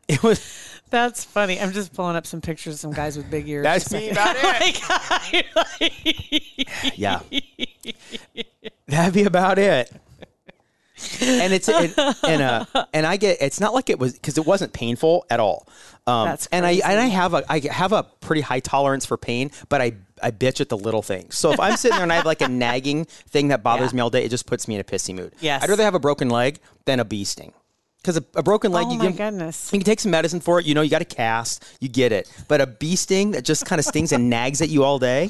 it was yeah. That's funny. I'm just pulling up some pictures of some guys with big ears. that's Just me like- about it. yeah, that'd be about it. And it's it, and uh and I get it's not like it was because it wasn't painful at all. Um, That's and I and I crazy. have a I have a pretty high tolerance for pain, but I I bitch at the little things. So if I'm sitting there and I have like a nagging thing that bothers me all day, it just puts me in a pissy mood. Yes. I'd rather have a broken leg than a bee sting. Because a, a broken leg, Oh you my can goodness. you can take some medicine for it. You know, you got a cast, you get it. But a bee sting that just kind of stings and nags at you all day,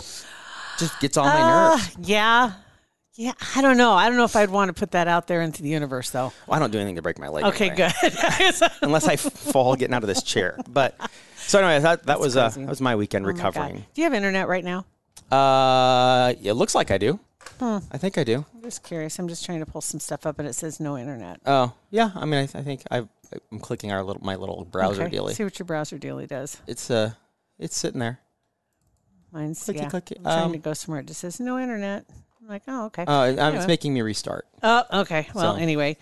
just gets on my Ah. nerves. Yeah. Yeah, I don't know. I don't know if I'd want to put that out there into the universe, though. Well, I don't do anything to break my leg. Okay, anyway. good. Unless I f- fall getting out of this chair. But so anyway, that that was uh, that was my Oh weekend recovering. Do you have internet right now? Uh, it looks like I do. I think I do. I'm just curious. I'm just trying to pull some stuff up, and it says no internet. Oh, yeah. I mean, I, th- I think I've, I'm clicking our little my little browser okay. daily. See what your browser daily does. It's uh, it's sitting there. Mine's Clicky, yeah. clicky. I'm trying to Um, go somewhere. It just says no internet. I'm like, oh, okay. Uh, it- um, Anyway. it's making me restart. oh, okay. Well, So- anyway.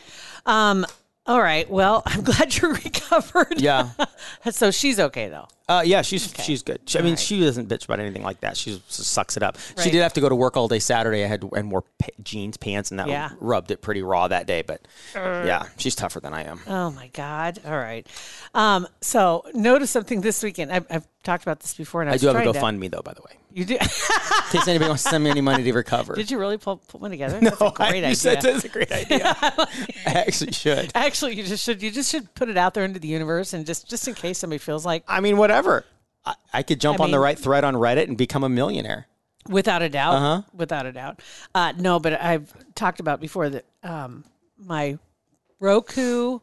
Um, all right. Well, I'm glad you're recovered. Yeah. so she's okay though. Uh, yeah, she's she's good. She, I mean, she doesn't bitch about anything like that. She just sucks it up. She Right. did have to go to work all day Saturday. I had and wore pa- jeans, pants, and that Yeah. rubbed it pretty raw that day. But yeah, she's tougher than I am. Oh my God! All right. Um, so notice something this weekend. I've, I've talked about this before, and I, I was do have a trying to- GoFundMe though, by the way. You do? In case anybody wants to send me any money to recover. Oh, Did you really pull, put one together? No, That's a I- great you idea. said that's a great idea. I actually should. Actually, you just should. You just should put it out there into the universe, and just just in case somebody feels like, I mean, whatever. I, I could jump I on the mean- right thread on Reddit and become a millionaire. without a doubt, without a doubt. Uh, no, but I've talked about before that um, my Roku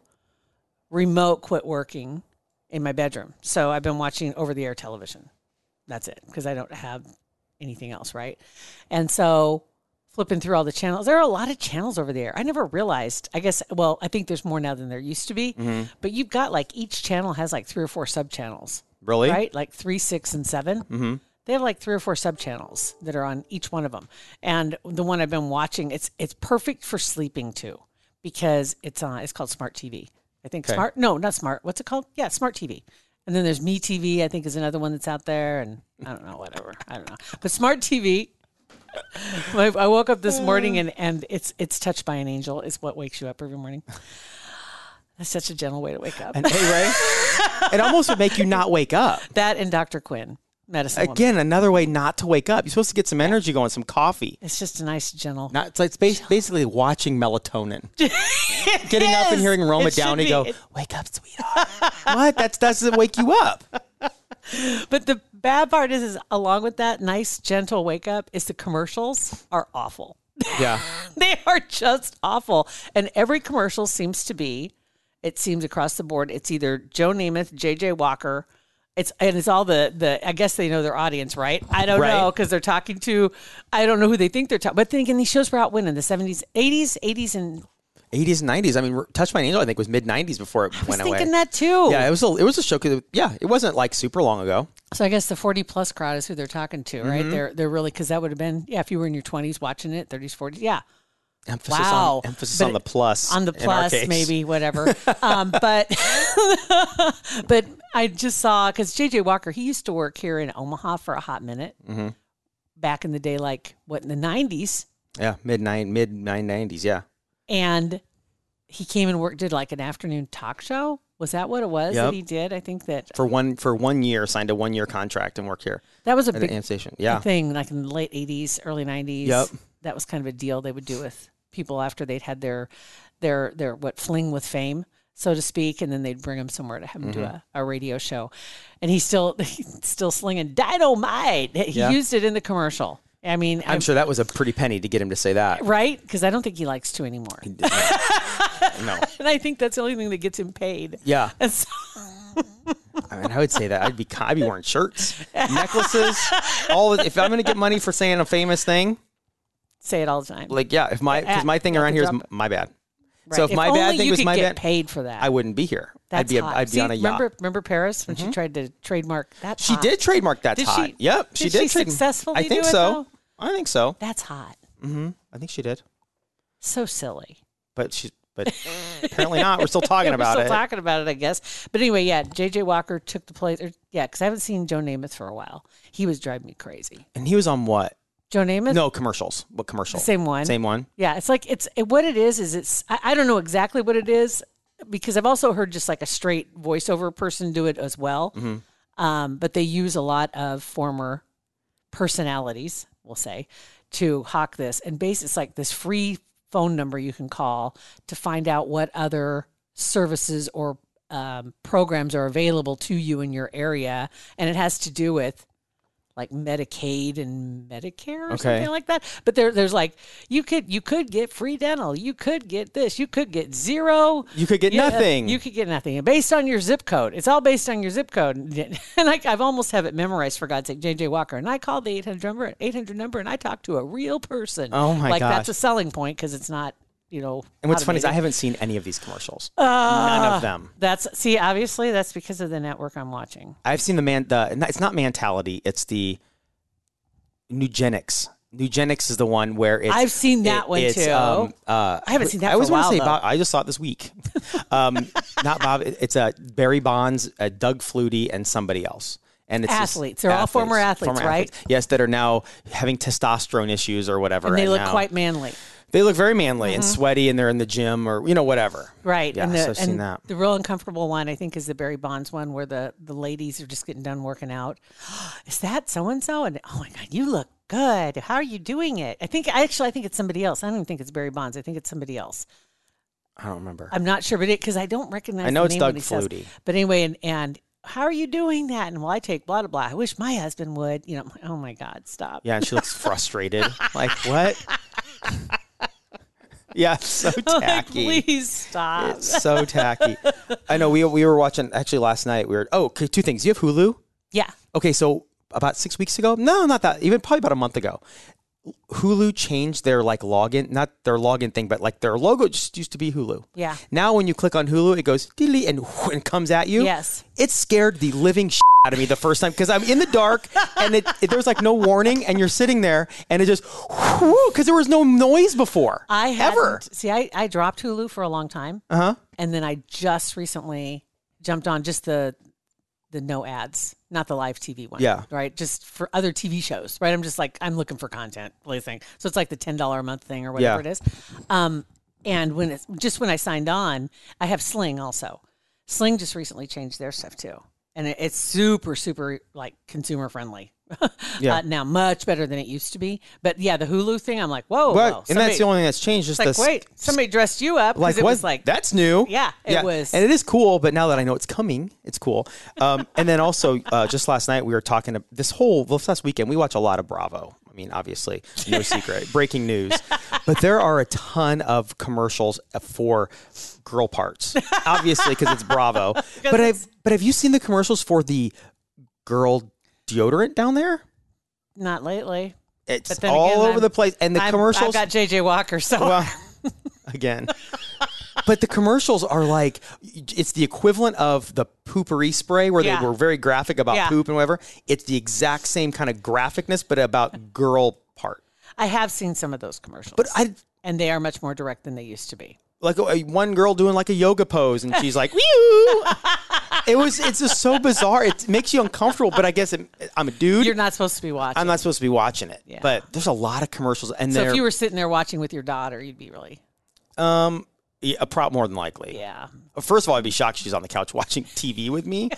remote quit working in my bedroom, so I've been watching over the air television. That's it because I don't have anything else, right? And so flipping through all the channels, there are a lot of channels over there. I never realized. I guess well, I think there's more now than there used to be, but you've got like each channel has like three or four sub channels Really? right? Like three, six, and 7 Mm-hmm. They have like three or four sub channels that are on each one of them. And the one I've been watching, it's it's perfect for sleeping too, because it's on. It's called Smart TV. I think Smart. No, not Smart. What's it called? Yeah, Smart TV. And then there's Me TV. I think is another one that's out there. And I don't know, whatever. I don't know. But Smart TV. I I woke up this morning and, and it's it's touched by an angel is what wakes you up every morning. That's such a gentle way to wake up. And hey, Ray, it almost would make you not wake up. that and Dr. Quinn, medicine. woman. Again, another way not to wake up. You're supposed to get some energy going, some coffee. It's just a nice gentle. Not, it's like it's bas- basically watching melatonin. Getting up and is. hearing Roma It should Downey be. go, It- "Wake up, sweetheart." what? That's doesn't wake you up. But the bad part is, is along with that nice gentle wake up is the commercials are awful. Yeah. they are just awful. And every commercial seems to be, it seems across the board, it's either Joe Namath, JJ Walker. It's and it's all the the I guess they know their audience, right? I don't Right. know because they're talking to I don't know who they think they're talking. But then again, these shows were out when in the seventies, eighties, eighties, and 80s, 90s. I mean, Touch My Angel, I think, was mid 90s before it I was went thinking away. that too. Yeah, it was a it was a show. 'cause it- yeah, it wasn't like super long ago. So I guess the 40 plus crowd is who they're talking to, right? Mm-hmm. They're they're really cuz that would have been yeah, if you were in your 20s watching it, 30s, 40s. Yeah. Emphasis Wow. on emphasis But on the plus. On the in our plus case. maybe whatever. um, but but I just saw cuz JJ Walker, he used to work here in Omaha for a hot minute. Mm-hmm. Back in the day like what in the 90s Yeah, mid nine mid nine nineties. Yeah. and he came and worked did like an afternoon talk show. Was that what it was Yep. that he did? I think that For one for one year, signed a one year contract and worked here that was a at the big AM station. Yeah. thing like in the late 80s early 90s Yep. that was kind of a deal they would do with people after they'd had their their their what fling with fame so to speak and then they'd bring them somewhere to have them Mm-hmm. do a, a radio show and he's still he's still slinging dynamite he Yeah. used it in the commercial i mean I'm sure that was a pretty penny to get him to say that. right because i don't think he likes to anymore No. and i think that's the only thing that gets him paid Yeah. and so I mean, I would say that I'd be I'd be wearing shirts, necklaces, all. Of, if I'm gonna get money for saying a famous thing, say it all the time like yeah, if uh, my because my thing around here is m- my bad. So if, If my bad only thing you was could my get bad, paid for that I wouldn't be here. I'd that's be a, hot. I'd be See, on a yacht. Mm-hmm. remember remember paris when she tried to trademark that she did trademark that Did hot. she- yep, she did did. she trade- successfully I think do it, so. though? I think so. That's hot. I think she did, So silly. but she but apparently not. We're still talking We're about still it. talking about it, I guess. But anyway, yeah, JJ Walker took the place. Or, yeah, because I haven't seen Joe Namath for a while. He was driving me crazy. and he was on what? Joe Namath? No commercials. What commercial? The same one. Same one. Yeah, it's like it's it, what it is. Is it's I, I don't know exactly what it is because I've also heard just like a straight voiceover person do it as well. Um, but they use a lot of former personalities, we'll say, to hawk this. And base it's like this free phone number you can call to find out what other services or um, programs are available to you in your area. And it has to do with like Medicaid and Medicare or Okay. something like that. But there, there's like you could you could get free dental, you could get this, you could get zero, You could get yeah, nothing. You could get nothing And based on your zip code. It's all based on your zip code. And I, I've almost have it memorized for God's sake, JJ Walker. And I called the 800 number, 800 number, and I talked to a real person. Oh, my Like gosh. that's a selling point because it's not, you know. and what's funny is I automated. haven't seen any of these commercials. Uh. None of them. That's see, obviously that's because of the network I'm watching. I've seen the man. The it's not mentality. It's the Nugenics. Nugenics is the one where it's, I've seen that it- one, it's, too. um, uh, I haven't seen that I for always a wanna while, say though. Bob. I just saw it this week. Um, not Bob. it- It's uh, Barry Bonds, uh, Doug Flutie, and somebody else. And it's just Athletes. They're all former athletes, right? Yes, that are now having testosterone issues or whatever. And they look now- quite manly. They look very manly and sweaty, and they're in the gym or you know whatever. Mm-hmm. Right. Yeah, and the, so I've seen and that. The real uncomfortable one, I think, is the Barry Bonds one where the, the ladies are just getting done working out. is that so and so? And oh my God, you look good. How are you doing it? I think, I actually, I think it's somebody else. I don't even think it's Barry Bonds. I think it's somebody else. I don't remember. I'm not sure, but it, because I don't recognize I know the it's name Doug when he says- Flutie. But anyway, and, and how are you doing that? And well, I take blah, blah, blah. I wish my husband would. You know, I'm like, oh my God, stop. Yeah, and she looks frustrated. like what? yeah, so I'm like, tacky. please stop. It's so tacky. I know. We we were watching actually last night. We were oh okay, two things. You have Hulu. yeah. Okay, so about six weeks ago. No, not that. Even probably about a month ago. Hulu changed their like login, not their login thing, but like their logo just used to be Hulu. Yeah. Now when you click on Hulu, it goes diddly and whoo- and comes at you. Yes. It scared the living shit out of me the first time because I'm in the dark and it, it there was like no warning and you're sitting there and it just because there was no noise before. I hadn't, ever. see. I, I dropped Hulu for a long time, Uh huh. and then I just recently jumped on just the the no ads, not the live TV one. Yeah. right. Just for other TV shows, right? I'm just like I'm looking for content, really thing. So it's like the ten dollar a month thing or whatever Yeah. it is. Um, and when it's just when I signed on, I have Sling also. Sling just recently changed their stuff too, and it, it's super super like consumer friendly. Yeah. uh, now much better than it used to be, but yeah, the Hulu thing, I'm like, whoa, But whoa, and that's Oh, somebody- the only thing that's changed. Just it's like, this, wait, somebody dressed you up. 'cause like it what? was like that's new. Yeah, it was- and it is cool. But now that I know it's coming, it's cool. Um, and then also, uh, just last night we were talking to this whole this last weekend. We watch a lot of Bravo. I mean, obviously, no secret, breaking news. But there are a ton of commercials uh, for girl parts, obviously, because it's Bravo. but I've but have you seen the commercials for the girl deodorant down there? not lately. It's then all again, over I'm- the place, and the I'm- commercials. I've got JJ Walker, so Well, again. But the commercials are like, it's the equivalent of the poopery spray where Yeah. they were very graphic about Yeah. poop and whatever. It's the exact same kind of graphicness, but about girl part. I have seen some of those commercials, But I and they are much more direct than they used to be. like uh, one girl doing like a yoga pose and she's like, "Whew." it was, it's just so bizarre. It makes you uncomfortable, but I guess it, I'm a dude. You're not supposed to be watching. I'm not supposed to be watching it. Yeah. But there's a lot of commercials and so they're if you were sitting there watching with your daughter, you'd be really, um, yeah, a prop more than likely. yeah. First of all, I'd be shocked she's on the couch watching TV with me.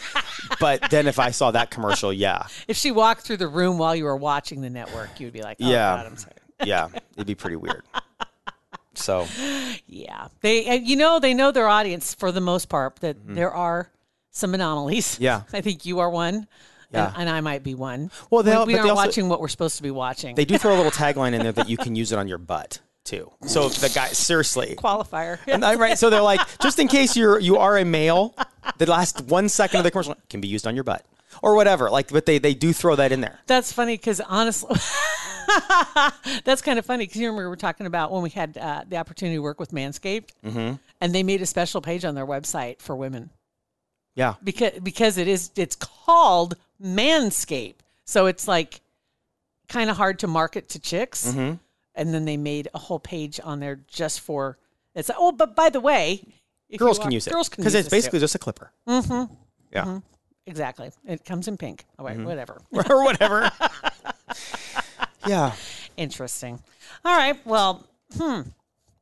but then if I saw that commercial, yeah, If she walked through the room while you were watching the network, you'd be like, oh, Yeah. God, I'm sorry. yeah, it'd be pretty weird. So Yeah, they and you know they know their audience for the most part that there are some anomalies. Mm-hmm. Yeah. I think you are one. Yeah. And, and I might be one. Well, they We- al- we but they aren't also- watching what we're supposed to be watching. they do throw a little tagline in there that you can use it on your butt too. So if the guy seriously. qualifier. And I- right, so they're like, just in case you're you are a male, the last one second of the commercial can be used on your butt or whatever. Like, but they they do throw that in there. That's funny because honestly, that's kind of funny because you remember we were talking about when we had uh, the opportunity to work with Manscaped, Mm-hmm. and they made a special page on their website for women Yeah, because because it is it's called Manscaped, so it's like kind of hard to market to chicks. Mm-hmm. And then they made a whole page on there just for it's like, oh, but by the way, if you girls can are- use it Girls can because use it's this too. basically just a clipper. Mm-hmm. Yeah. exactly it comes in pink. All Mm-hmm. right, whatever. or whatever. yeah. Interesting. All right. Well, hmm.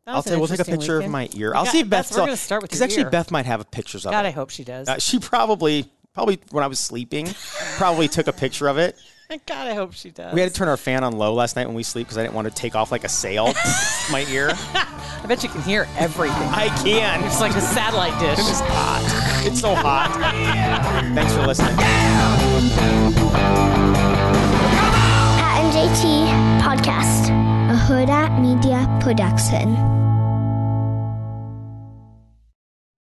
That I'll was an tell you, we'll take a interesting picture weekend. of my ear. We I'll got- see if that's- Beth. We're going to start with because your actually ear. Beth might have a pictures of God, it. I hope she does. Uh, she probably probably when I was sleeping probably took a picture of it God, I hope she does. We had to turn our fan on low last night when we sleep because I didn't want to take off like a sail my ear. I bet you can hear everything. I can. It's like a satellite dish. It's hot. It's so hot. Thanks for listening. Pat and JT Podcast, a Huda Media Production.